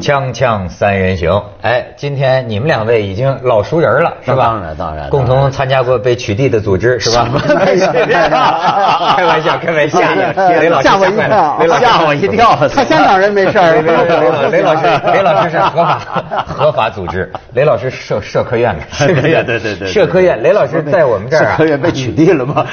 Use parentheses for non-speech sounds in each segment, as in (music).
锵锵三人行，哎，今天你们两位已经老熟人了，是吧？当然当然共同参加过被取缔的组织，是吧？(laughs) (laughs) 哎开玩笑，开玩笑， (laughs) 雷老师吓我一快了跳，雷老师吓我一跳。他香港人没事 (laughs) 雷雷雷儿，雷老师，雷老师是合法合法组织，雷老师社社科院的，社科院 (laughs) 对对对对社科院，雷老师在我们这儿啊社科，院被取缔 (laughs) 了吗？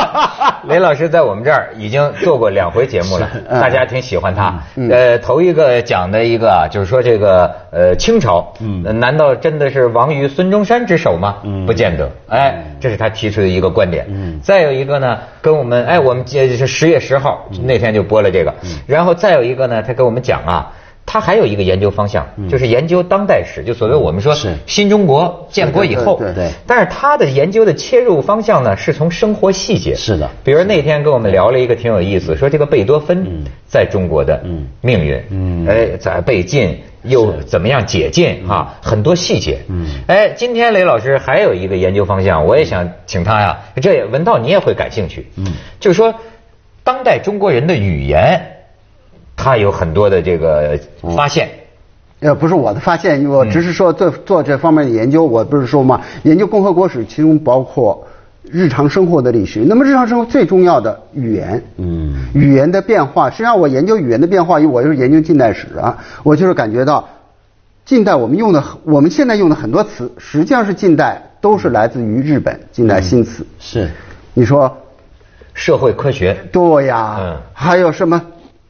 (laughs) 雷老师在我们这儿已经做过两回节目了，嗯大家挺喜欢他。嗯呃，头一个讲的一个啊就是说这个呃清朝，嗯呃难道真的是亡于孙中山之手吗？嗯不见得。哎，这是他提出的一个观点。嗯再有一个呢，跟我们哎，我们这是十月十号嗯那天就播了这个，然后再有一个呢，他跟我们讲啊。他还有一个研究方向，就是研究当代史，就所谓我们说嗯是新中国建国以后，对对对对但是他的研究的切入方向呢，是从生活细节。是的比如那天跟我们聊了一个挺有意思，说这个贝多芬嗯在中国的嗯命运，嗯哎，在被禁又怎么样解禁啊，很多细节。嗯哎，今天雷老师还有一个研究方向，我也想请他呀，这也文道你也会感兴趣。嗯，就是说当代中国人的语言，他有很多的这个发现。嗯呃，不是我的发现，我只是说做做这方面的研究。我不是说嘛，研究共和国史，其中包括日常生活的历史。那么日常生活最重要的语言，嗯语言的变化。实际上，我研究语言的变化，因为我就是研究近代史啊，我就是感觉到，近代我们用的，我们现在用的很多词，实际上是近代都是来自于日本近代新词。嗯是你说社会科学，对呀，嗯还有什么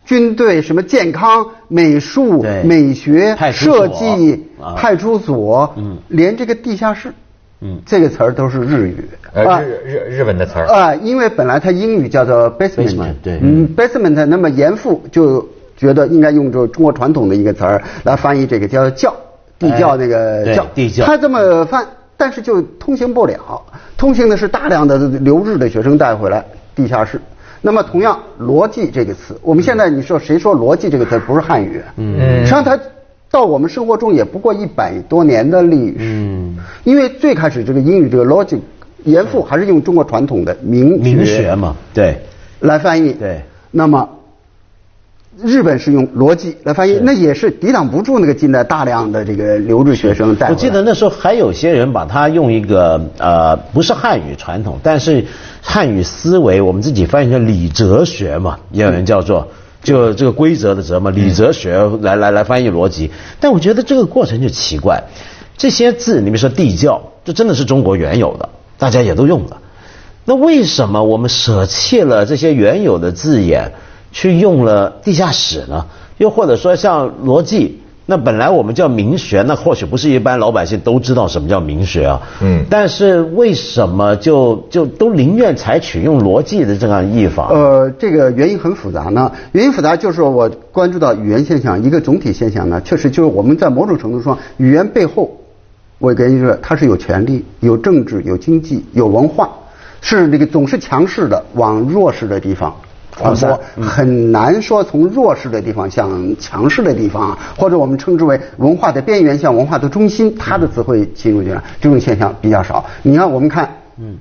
军队、什么健康、美术对、美学、派出所设计、啊派出所，嗯连这个地下室，嗯这个词儿都是日语，呃，啊日日日本的词儿。啊，因为本来它英语叫做 basement，, Basement，对嗯，basement，那么严复就觉得应该用这个中国传统的一个词儿来翻译这个叫窖，地窖那个哎对窖，地窖他这么翻，但是就通行不了，通行的是大量的留日的学生带回来地下室。那么同样，逻辑这个词，我们现在你说谁说逻辑这个词不是汉语？嗯实际上它到我们生活中也不过一百多年的历史。嗯因为最开始这个英语这个 logic，严复还是用中国传统的明民学嘛，对，来翻译。对，那么日本是用逻辑来翻译，那也是抵挡不住那个近代大量的这个留日学生带我回来。记得那时候还有些人把它用一个呃，不是汉语传统，但是汉语思维，我们自己翻译成理哲学嘛，也有人叫做。就这个规则的哲嘛，理哲学来来来翻译逻辑，但我觉得这个过程就奇怪，这些字你比如说地窖，这真的是中国原有的，大家也都用的，那为什么我们舍弃了这些原有的字眼，去用了地下室呢？又或者说像逻辑，那本来我们叫民学，那或许不是一般老百姓都知道什么叫民学啊。嗯但是为什么就就都宁愿采取用逻辑的这样译法？呃，这个原因很复杂呢。原因复杂就是我关注到语言现象一个总体现象呢，确实就是我们在某种程度上，语言背后，我跟你说，它是有权利、有政治、有经济、有文化，是那个总是强势的往弱势的地方。传播很难说从弱势的地方向强势的地方啊，或者我们称之为文化的边缘向文化的中心，它的词汇进入进来，这种现象比较少。你看，我们看，嗯，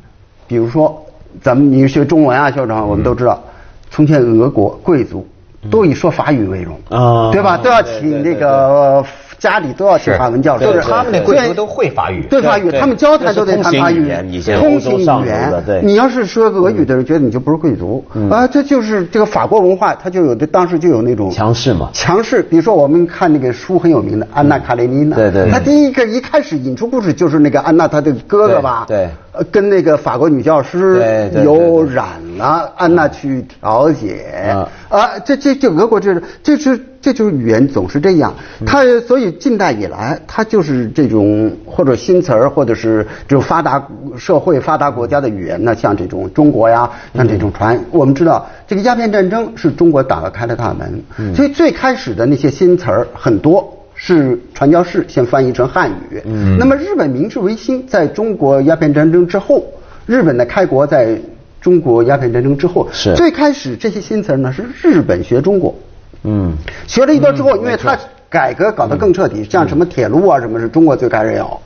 比如说，咱们你学中文啊，校长，我们都知嗯道，从前俄国贵族都以说法语为荣啊对吧？都要对请对这个家里都要请是法文教授，对对他们那贵族都会法语对法语，对他们交谈都得这是通谈行法语语言以前，欧通洲行语上言流的对。嗯你要是说俄语的人，觉得你就不是贵族啊，这就是这个法国文化，它就有的当时就有那种强势嘛强势。比如说我们看那个书很有名的《安娜·卡列尼娜》，嗯对对对他第一个一开始引出故事就是那个安娜她的哥哥吧，对对呃，跟那个法国女教对师对对有对染了，安娜去调解啊啊，这这这俄国这是这是这就是语言总是这样，它所以近代以来，它就是这种或者新词儿，或者是这种发达社会发达国家的语言呢，像这种中国呀，像这种传，我们知道这个鸦片战争是中国打开了大门，所以最开始的那些新词儿很多。是传教士先翻译成汉语，嗯，那么日本明治维新在中国鸦片战争之后，日本的开国在中国鸦片战争之后，是最开始这些新词儿呢是日本学中国，嗯，学了一段之后，因为它改革搞得更彻底，像什么铁路啊什么是中国最开始有，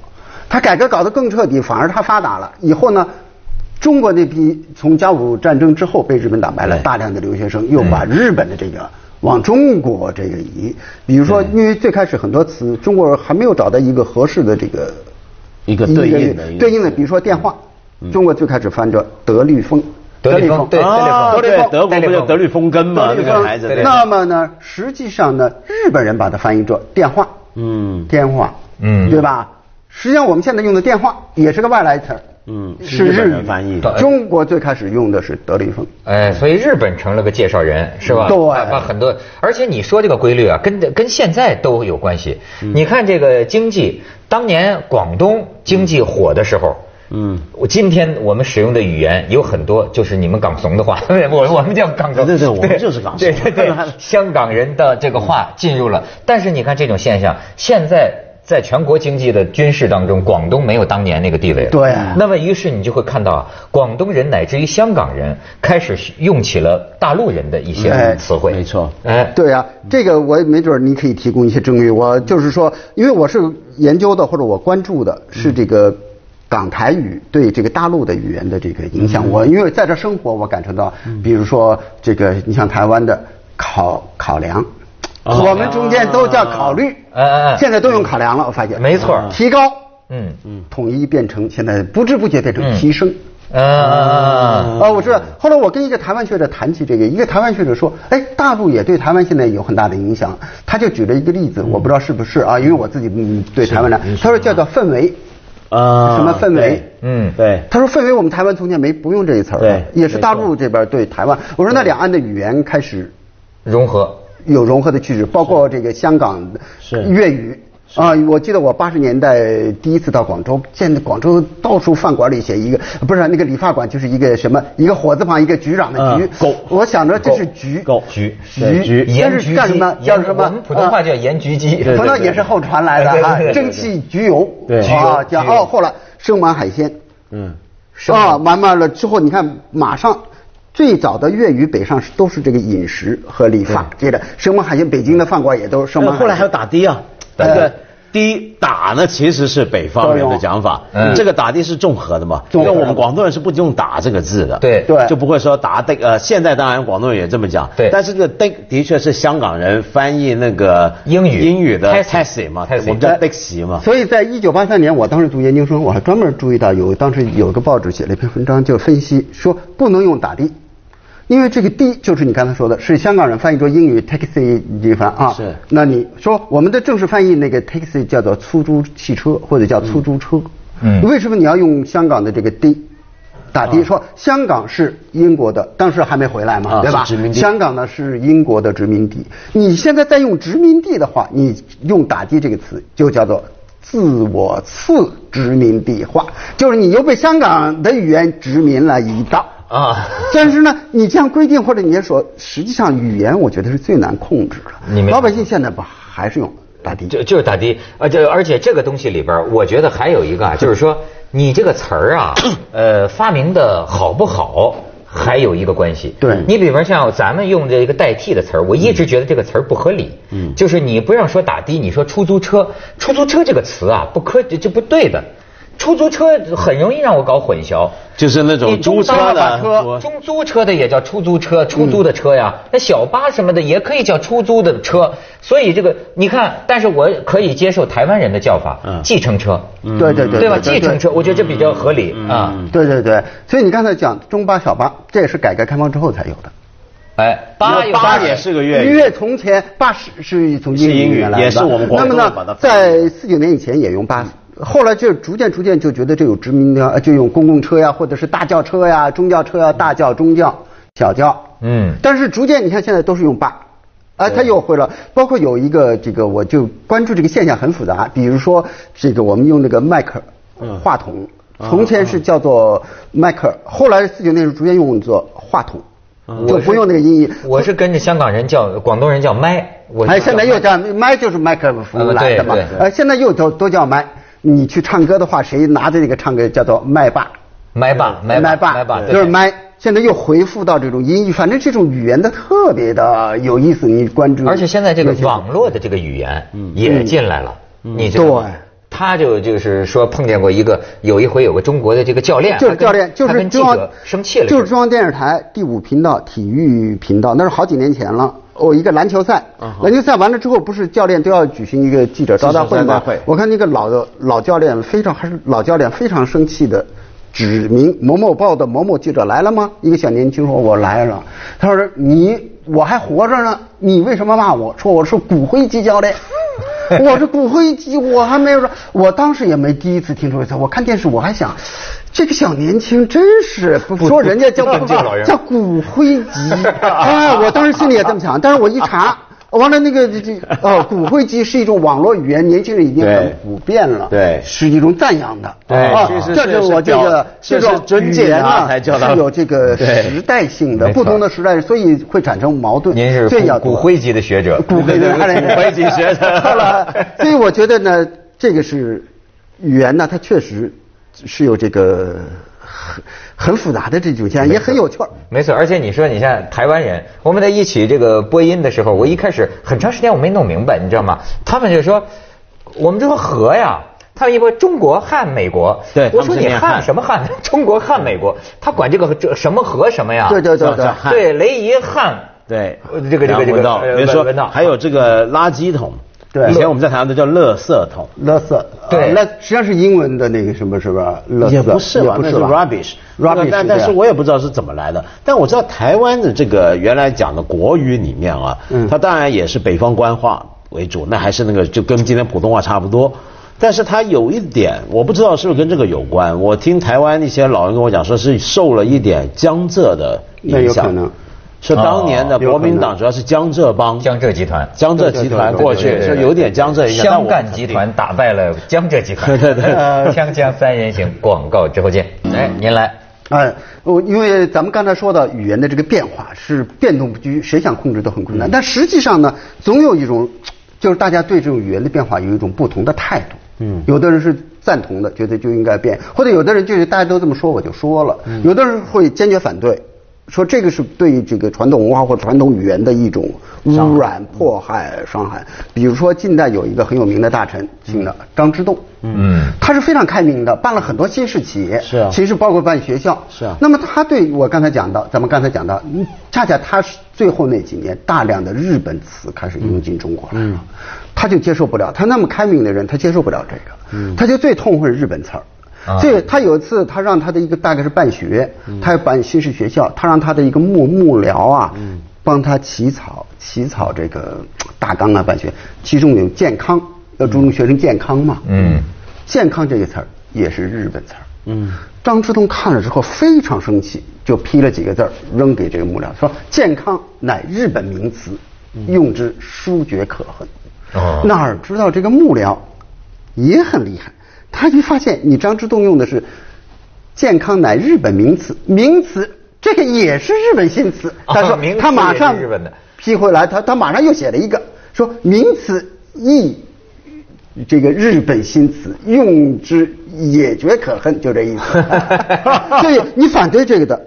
它改革搞得更彻底，反而它发达了。以后呢，中国那批从甲午战争之后被日本打败了，对哎大量的留学生又把日本的这个往中国这个移。比如说，哎因为最开始很多词中国人还没有找到一个合适的这个一个对应的一个嗯对应的，比如说电话，中国最开始翻着德律风，德律风对啊，德律对风，德国不是德律风根嘛，德那律个风孩子对，那么呢，实际上呢，日本人把它翻译作电话，嗯电话，嗯对吧？实际上我们现在用的电话也是个外来词儿，嗯是是日本日人语翻译的中国最开始用的是德律风，哎，所以日本成了个介绍人，是吧？对把把很多，而且你说这个规律啊，跟跟现在都有关系。嗯你看这个经济，当年广东经济火的时候。嗯，我今天我们使用的语言有很多，就是你们港怂的话， (laughs) 我我们叫港怂，对对对我们就是港怂嗯对对对， (laughs) 香港人的这个话进入了，但是你看这种现象，现在在全国经济的军事当中，广东没有当年那个地位了。对啊那么于是你就会看到啊，广东人乃至于香港人开始用起了大陆人的一些哎词汇。没错哎，对呀、这个我也没准儿你可以提供一些证据。我嗯就是说，因为我是研究的或者我关注的嗯是这个港台语对这个大陆的语言的这个影嗯响。我因为在这生活，我感受到，比如说这个，你像台湾的考考量，啊我们中间都叫考虑，哦哎哎哎现在都用考量了。我发现，没错儿提高，嗯嗯，统一变成现在不知不觉变成提升。啊，哦，我知道。后来我跟一个台湾学者谈起这个，一个台湾学者说，哎，大陆也对台湾现在有很大的影响。他就举了一个例子，我不知道是不是啊，因为我自己嗯对台湾呢，他说叫做氛围。啊什么氛围？嗯对，他说氛围我们台湾从前没不用这一词儿，对也是大陆这边对台湾。我说那两岸的语言开始融合。有融合的趋势，包括这个香港是粤语。啊，我记得我八十年代第一次到广州，见广州到处饭馆里写一个，不是那个理发馆，就是一个什么一个火字旁一个局长啊的局嗯。狗我想着这是局。狗菊局菊这盐是焗干什么鸡，？叫什么？我们普通话啊叫盐焗鸡，对葡萄也是后传来的啊对对对对，对蒸汽焗油，对啊，焗油叫焗油哦，后来生猛海鲜，嗯，生猛啊，完完了之后，你看马上。最早的粤语北上是都是这个饮食和理发，接着生猛海鲜，北京的饭馆也都是生猛海鲜。后来还有打的啊，打那的哎个的打呢，其实是北方人的讲法嗯，这个打的是综合的嘛，因综为合我们广东人是不用打这个字的，对对就不会说打的呃，现在当然广东人也这么讲，对但是这个的的确是香港人翻译那个英语英语的 taxi taxi 嘛， taxi 我们叫的士嘛，所以在一九八三年，我当时读研究生，我还专门注意到有当时有个报纸写了一篇文章，就分析说不能用打的，因为这个的就是你刚才说的，是香港人翻译作英语 taxi 这翻啊。是那你说我们的正式翻译那个 taxi 叫做出租汽车或者叫出租车，嗯为什么你要用香港的这个的？打的说香港是英国的，当时还没回来嘛，啊对吧？是殖民地香港呢是英国的殖民地，你现在再用殖民地的话，你用“打击”这个词就叫做自我次殖民地化，就是你又被香港的语言殖民了一道。啊，但是呢，你这样规定或者你说，实际上语言我觉得是最难控制你的。没老百姓现在不还是用“打的”？就就是打的，而且而且这个东西里边儿，我觉得还有一个啊，就是说你这个词儿啊，呃，发明的好不好，还有一个关系。对你比方像咱们用这一个代替的词儿，我一直觉得这个词儿不合理。嗯，就是你不让说打的，你说出租车，出租车这个词啊，不科这不对的。出租车很容易让我搞混淆，就是那你种中租车巴的车我嗯中租车的也叫出租车，出租的车呀，那小巴什么的也可以叫出租的车。所以这个你看，但是我可以接受台湾人的叫法，嗯嗯计程车，对对对对吧？计对程车，我觉得这比较合理啊。对对对，所以你刚才讲中巴、小巴，这也是改革开放之后才有的。哎，八那有八八也是个粤语音乐从前八是是从英是英语语原来也的是我们广那么东人把它呢，翻译在四九年以前也用八，后来就逐渐逐渐就觉得这有殖民的，呃就用公共车呀，或者是大轿车呀、中轿车呀、大轿、中轿、小轿。嗯但是逐渐你看现在都是用八。哎，他又会了，包括有一个这个，我就关注这个现象很复杂。比如说，这个我们用那个麦克嗯啊话筒，从前是叫做麦克，后来四九年是逐渐用作话筒，啊就不用那个音译。我是跟着香港人叫广东人叫麦，我哎，现在又叫麦就是麦克呃风来的嘛对对，呃，现在又都都叫麦。你去唱歌的话，谁拿着这个唱歌叫做麦霸，麦霸麦嗯霸，麦霸对就是麦。现在又回复到这种音译，反正这种语言的特别的有意思，你关注。而且现在这个网络的这个语言也进来了，你知道吗嗯对他就就是说碰见过一个，有一回有个中国的这个教练，就他是跟教练，就他是跟记中央者生气了，就是中央电视台第五频道体育频道，那是好几年前了。哦，一个篮球赛，啊篮球赛完了之后，不是教练都要举行一个记者招待记会者招待吗会？我看那个老的老教练非常还是老教练非常生气的，指明某某报的某某记者来了吗？一个小年轻说：“我来了。”他说：“你我还活着呢，你为什么骂我？说我是骨灰 (laughs) 级教练。”我是骨灰级，我还没有说，我当时也没第一次听说一次。我看电视，我还想，这个小年轻真是不不说人家 (laughs) 叫不尊敬老人叫骨灰级，哎，我当时心里也这么想，但是我一 (laughs) 查，完了那个这这呃，骨灰级是一种网络语言，年轻人已经很对普遍了，对是一种赞扬的，对啊是是这是就是我这表个是这是种尊敬语言啊啊，才叫他是有这个对时代性的，没错不同的时代，所以会产生矛盾。您是这要骨多骨灰级的学 (laughs) 者，骨灰级骨灰级学 (laughs) 者后来，所以我觉得呢，这个是语言呢，它确实是有这个很很复杂的这种现象，也很有趣儿。 (laughs) 没错，而且你说你像台湾人，我们在一起这个播音的时候，我一开始很长时间我没弄明白，你知道吗？他们就说我们这个和呀，他们一说中国汉美国，对我他们说是你念汉汉什么汉？ (laughs) 中国汉美国，他管这个这什么和什么呀？对对对啊叫对叫。汉对，雷夷汉，对呃，这个这然个后这个闻到，呃比闻如说到还有这个垃圾桶，对以前我们在台湾都叫垃圾桶，垃圾，对啊那实际上是英文的那个什么什么垃圾，也不是吧，也不那是是 rubbish，那个 rubbish，啊但但是我也不知道是怎么来的。但我知道台湾的这个原来讲的国语里面啊，嗯它当然也是北方官话为主，那还是那个就跟今天普通话差不多。但是它有一点，我不知道是不是跟这个有关。我听台湾一些老人跟我讲，说是受了一点江浙的那影有可响能，说当年的哦有可能国民党主要是江浙帮、江浙集团，江浙集团过对去，对说有点江浙影响。但湘我赣集团打败了江浙集团，对对对，锵锵三人行广告之后见。哎，您来，哎，我因为咱们刚才说到语言的这个变化是变动不居，谁想控制都很困难。但实际上呢，总有一种，就是大家对这种语言的变化有一种不同的态度。嗯，有的人是赞同的，觉得就应该变；或者有的人就是大家都这么说，我就说了；有的人会坚决反对，说这个是对这个传统文化或者传统语言的一种污染、迫害、伤害。比如说，近代有一个很有名的大臣，姓的张之洞。嗯，他是非常开明的，办了很多新式企业，是啊其实包括办学校，是啊那么他对我刚才讲到，咱们刚才讲到，嗯恰恰他是最后那几年，大量的日本词开始涌进中国来了，他就接受不了，他那么开明的人，他接受不了这个，他就最痛恨日本词儿。啊所以他有一次，他让他的一个大概是办学，他要办新式学校，他让他的一个幕幕僚啊，帮他起草起草这个大纲啊办学，其中有健康，要注重学生健康嘛，嗯，健康这个词儿也是日本词儿。嗯，张之洞看了之后非常生气，就批了几个字儿扔给这个幕僚，说健康乃日本名词，用之殊觉可恨。哦哪儿知道这个幕僚也很厉害，他一发现你张之洞用的是健康乃日本名词，名词这个也是日本新词，哦他说名词他马上也是日本的批回来，他他马上又写了一个说名词亦这个日本新词，用之也觉可恨，就这 (laughs) 意思。所以你反对这个的，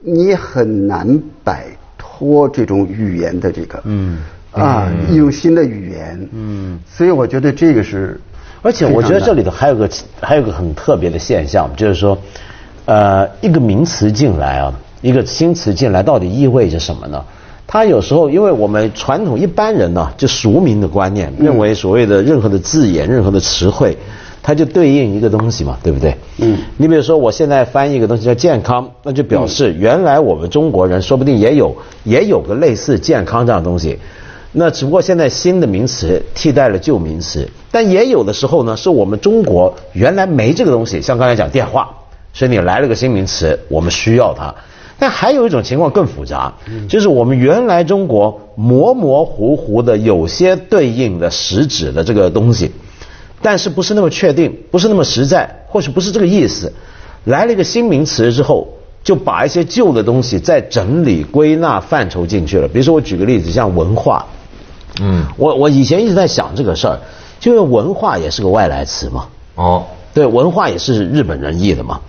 你很难摆脱这种语言的这个，嗯，啊，一种新的语言，嗯，所以我觉得这个是，而且我觉得这里头还有个还有个很特别的现象，就是说，呃，一个名词进来啊，一个新词进来，到底意味着什么呢？它有时候，因为我们传统一般人呢、就俗民的观念，认为所谓的任何的字眼、任何的词汇，它就对应一个东西嘛，对不对？嗯。你比如说，我现在翻译一个东西叫健康，那就表示原来我们中国人说不定也有也有个类似健康这样的东西。那只不过现在新的名词替代了旧名词，但也有的时候呢，是我们中国原来没这个东西，像刚才讲电话，所以你来了个新名词，我们需要它。但还有一种情况更复杂，就是我们原来中国模模糊糊的有些对应的实质的这个东西，但是不是那么确定，不是那么实在，或许不是这个意思。来了一个新名词之后，就把一些旧的东西再整理归纳范畴进去了。比如说，我举个例子，像文化，嗯，我我以前一直在想这个事儿，因为文化也是个外来词嘛，哦，对，文化也是日本人译的嘛。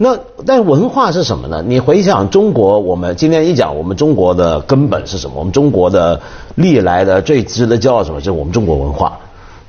那但文化是什么呢？你回想中国，我们今天一讲我们中国的根本是什么？我们中国的历来的最值得骄傲什么？就是我们中国文化。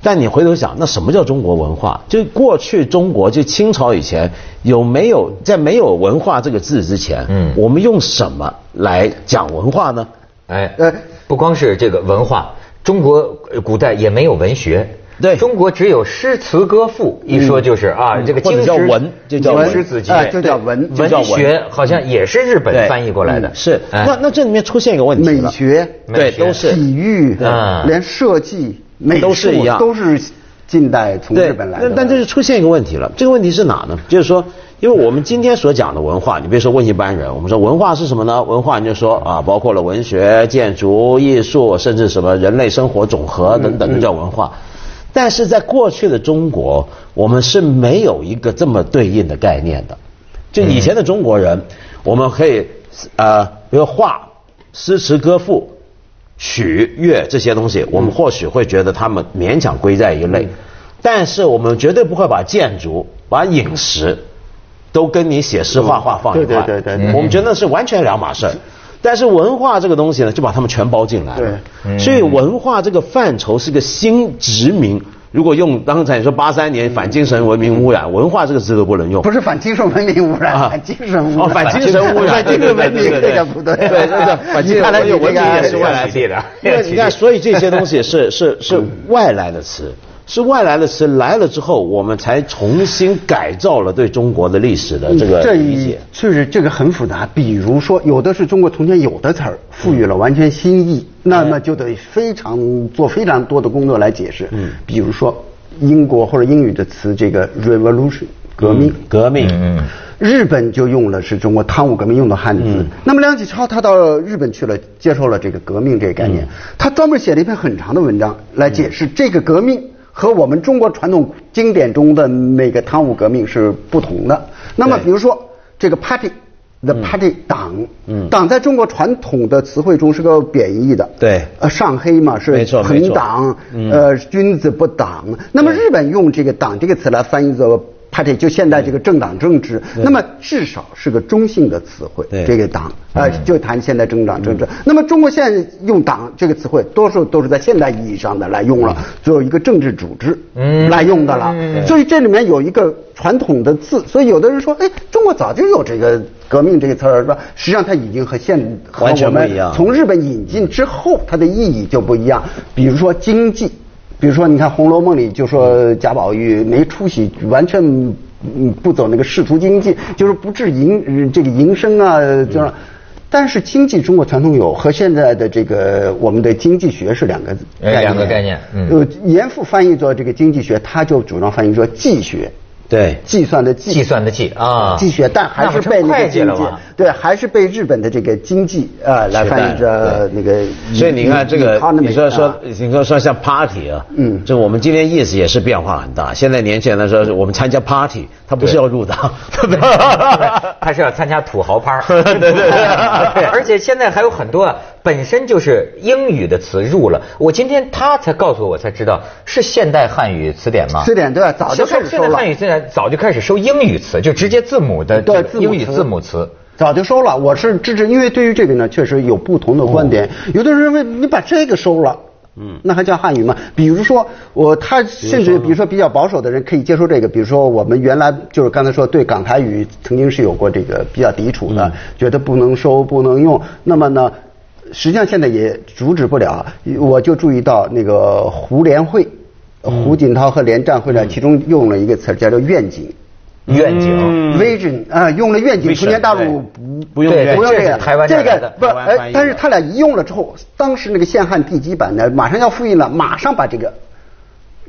但你回头想，那什么叫中国文化？就过去中国，就清朝以前有没有在没有文化这个字之前，嗯我们用什么来讲文化呢？哎，呃，不光是这个文化，中国呃古代也没有文学。对中国只有诗词歌赋，一说就是啊，这个或者京叫师文就叫京文师子集哎，就叫文就叫文文学好像也是日本对嗯翻译过来的。是，哎那那这里面出现一个问题美了，学、对，美学都是啊体育嗯，连设计、美都是术一样都是近代从对，日本来的。但但这就出现一个问题了，这个问题是哪呢？就是说，因为我们今天所讲的文化，你别说问一般人，我们说文化是什么呢？文化你就说啊，包括了文学、建筑、艺术，甚至什么人类生活总和等嗯等，这叫文化。但是在过去的中国，我们是没有一个这么对应的概念的。就以前的中国人，我们可以呃，比如画、诗词歌赋、曲乐这些东西，我们或许会觉得他们勉强归在一类，嗯但是我们绝对不会把建筑、把饮食都跟你写诗画画放一块。对对对对嗯我们觉得是完全两码事儿。但是文化这个东西呢，就把他们全包进来了。对，所以文化这个范畴是个新殖民。如果用刚才你说八三年反精神文明污染，文化这个词都不能用。不是反精神文明污啊 (laughs) 染，反精神污染，哦反精神污染 (laughs) 反精神文对明对对对对这个不对，对对对 (laughs) 反精神看来文明你这个文明也是外来起的因 (laughs) 为你嗯看，所以这些东西是是是外来的词，是外来的词来了之后，我们才重新改造了对中国的历史的这个这理一解。就是这个很复杂。比如说，有的是中国从前有的词嗯儿赋予了完全新意，那么就得非常做非常多的工作来解释。嗯，比如说英国或者英语的词，这个 revolution 革命。革命，嗯，日本就用了是中国汤武革命用的汉字。嗯那么梁启超他到日本去了，接受了这个革命这个概嗯念，他专门写了一篇很长的文章来解释这个革命和我们中国传统经典中的那个汤武革命是不同的。那么对比如说这个 party。The party 党，嗯党在中国传统的词汇中是个贬义的，对呃，上黑嘛是没错没错嗯朋党，呃，君子不党。那么日本用这个“党”这个词来翻译作 party，就现在这个政党政治，那么至少是个中性的词汇对。这个“党”啊，就谈现代政党政治。那么中国现在用“党”这个词汇，多数都是在现代意义上的来用了，作为一个政治组织来用的了。所以这里面有一个传统的字，所以有的人说，哎，中国早就有这个革命这个词儿，是吧？实际上它已经和现和完全我们不一样从从日本引进之后，它的意义就不一样。比如说经济，比如说你看《红楼梦》里就说贾宝玉没出息，完全嗯不走那个仕途经济，就是不治营呃这个营生啊，嗯就是。但是经济，中国传统有和现在的这个我们的经济学是两个概念哎两个概念嗯呃，严复翻译作这个经济学，他就主张翻译作计学，对，计算的计，计算的计啊计学，但还那不是成被那会个计经了济吗，对，还是被日本的这个经济啊来翻译着那个。所以你看这个嗯 economy，，你说说啊，你说说像 party 啊，嗯就我们今天意思也是变化很大。现在年轻人来说，我们参加 party，他不是要入 (laughs) 党， (laughs) (laughs) 他不要他是要参加土豪趴， (laughs) 对对对， (laughs) 而且现在还有很多啊，本身就是英语的词入了。我今天他才告诉我，才知道是现代汉语词典吗？词典对，早就开始现收在了汉，语词典早就开始收英语词，就直接字母的对这个字母英语词字母词。早就收了。我是支持，因为对于这个呢，确实有不同的观点。有的人认为你把这个收了。嗯，那还叫汉语吗？比如说，我他甚至比如说比较保守的人可以接受这个，比如说我们原来就是刚才说对港台语曾经是有过这个比较抵触的，觉得不能收不能用。那么呢，实际上现在也阻止不了。我就注意到那个胡联会，胡锦涛和连战会呢，其中用了一个词儿叫做愿景。嗯愿景， vision 啊，用了愿景， Vision，从前大对陆不不用对愿对不用这哎这是个，台湾这带来的个不，台湾翻译哎的，但是他俩一用了之后，当时那个宪汉地基版呢，马上要复印了，马上把这个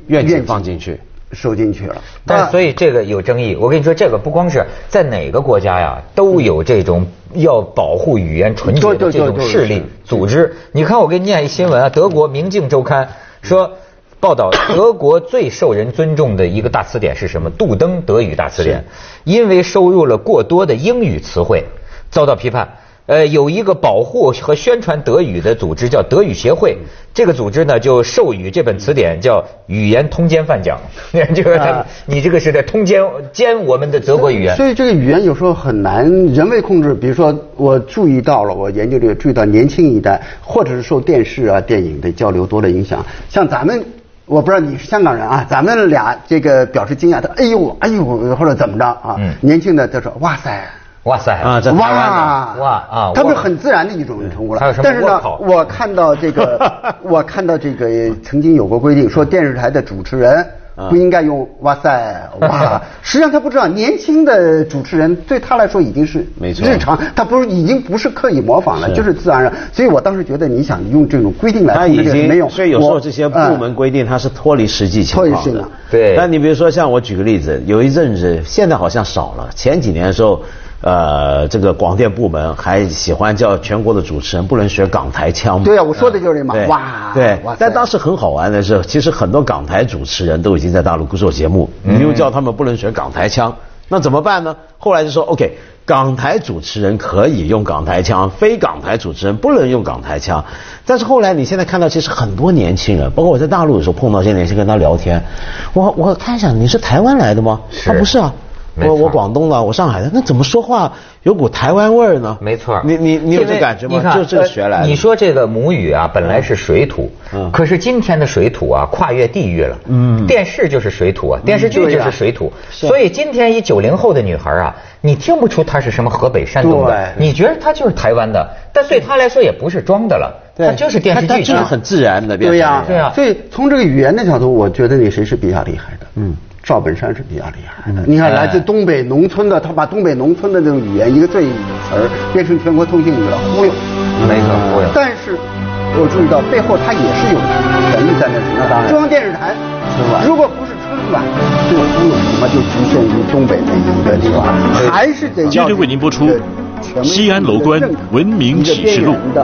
愿景放进去。收进去了。但啊所以这个有争议。我跟你说，这个不光是在哪个国家呀，都有这种要保护语言纯洁的对对这对种对势力是组织。你看，我给你念一新闻啊，嗯德国《明镜周刊》说。报 (coughs) 道德国最受人尊重的一个大词典是什么？杜登德语大词典，因为收入了过多的英语词汇，遭到批判。呃，有一个保护和宣传德语的组织叫德语协嗯会，这个组织呢就授予这本词典叫“语言通奸犯奖”， (laughs) 就是他们啊你这个是在通奸奸我们的德国语言。所以这个语言有时候很难人为控制。比如说，我注意到了，我研究这个注意到年轻一代，或者是受电视啊、电影的交流多的影响，像咱们。我不知道你是香港人啊，咱们俩这个表示惊讶，他哎呦哎呦，或者怎么着啊？嗯年轻的他说哇塞，哇塞啊在台湾哇哇啊它哇是很自然的一种称呼了还有什。么但是倭呢寇，我看到 (laughs) 这个，我看到这个曾经有过规定，说电视台的主持人啊不应该用哇塞 (laughs) 哇。实际上他不知道，年轻的主持人对他来说已经是没错日常，他不是已经不是刻意模仿了，就是自然而然。所以我当时觉得，你想用这种规定来他控制已这个没经，用，所以有时我候这些部嗯门规定它是脱离实际情脱离况实际的了。对但你比如说像我举个例子，有一阵子，现在好像少了，前几年的时候。呃，这个广电部门还喜欢叫全国的主持人不能学港台腔嘛对啊呀我说的就是这嘛对哇对哇塞，但当时很好玩的是，其实很多港台主持人都已经在大陆做节目，嗯你又叫他们不能学港台腔，那怎么办呢？后来就说 OK，港台主持人可以用港台腔，非港台主持人不能用港台腔。但是后来你现在看到，其实很多年轻人，包括我在大陆有时候碰到一些年轻人跟他聊天，我我看一下你是台湾来的吗？是他不是啊。没我错我广东的，我上海的，那怎么说话有股台湾味儿呢？没错儿，你你你有因为这感觉你吗？看就这个学来呃的。你说这个母语啊，本来是水土，嗯可是今天的水土啊，跨越地域了。嗯电视就是水土啊，电视剧对就呀是水土，是所以今天一九零后的女孩啊，你听不出她是什么河北、山东的，对你觉得她就是台湾的，但对她来说也不是装的了，她就是电视他剧啊就是上。很自然的变成对呀，对呀所以从这个语言的角度，我觉得那谁是比较厉害的？嗯，赵本山是比较厉害的。你看，来自东北农村的，他把东北农村的这种语言一个最语词儿变成全国通行语了，忽悠。没错忽悠但是，我注意到背后他也是有权力在那里。那当然中央电视台春晚如果不是春晚，这个忽悠什么就局限于东北那一个地方，还是得要接着为您播出这个权威西安楼观这个正常文明启示录一个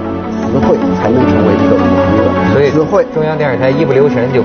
边缘的词汇才能成为一个。所以词汇中央电视台一不留神就。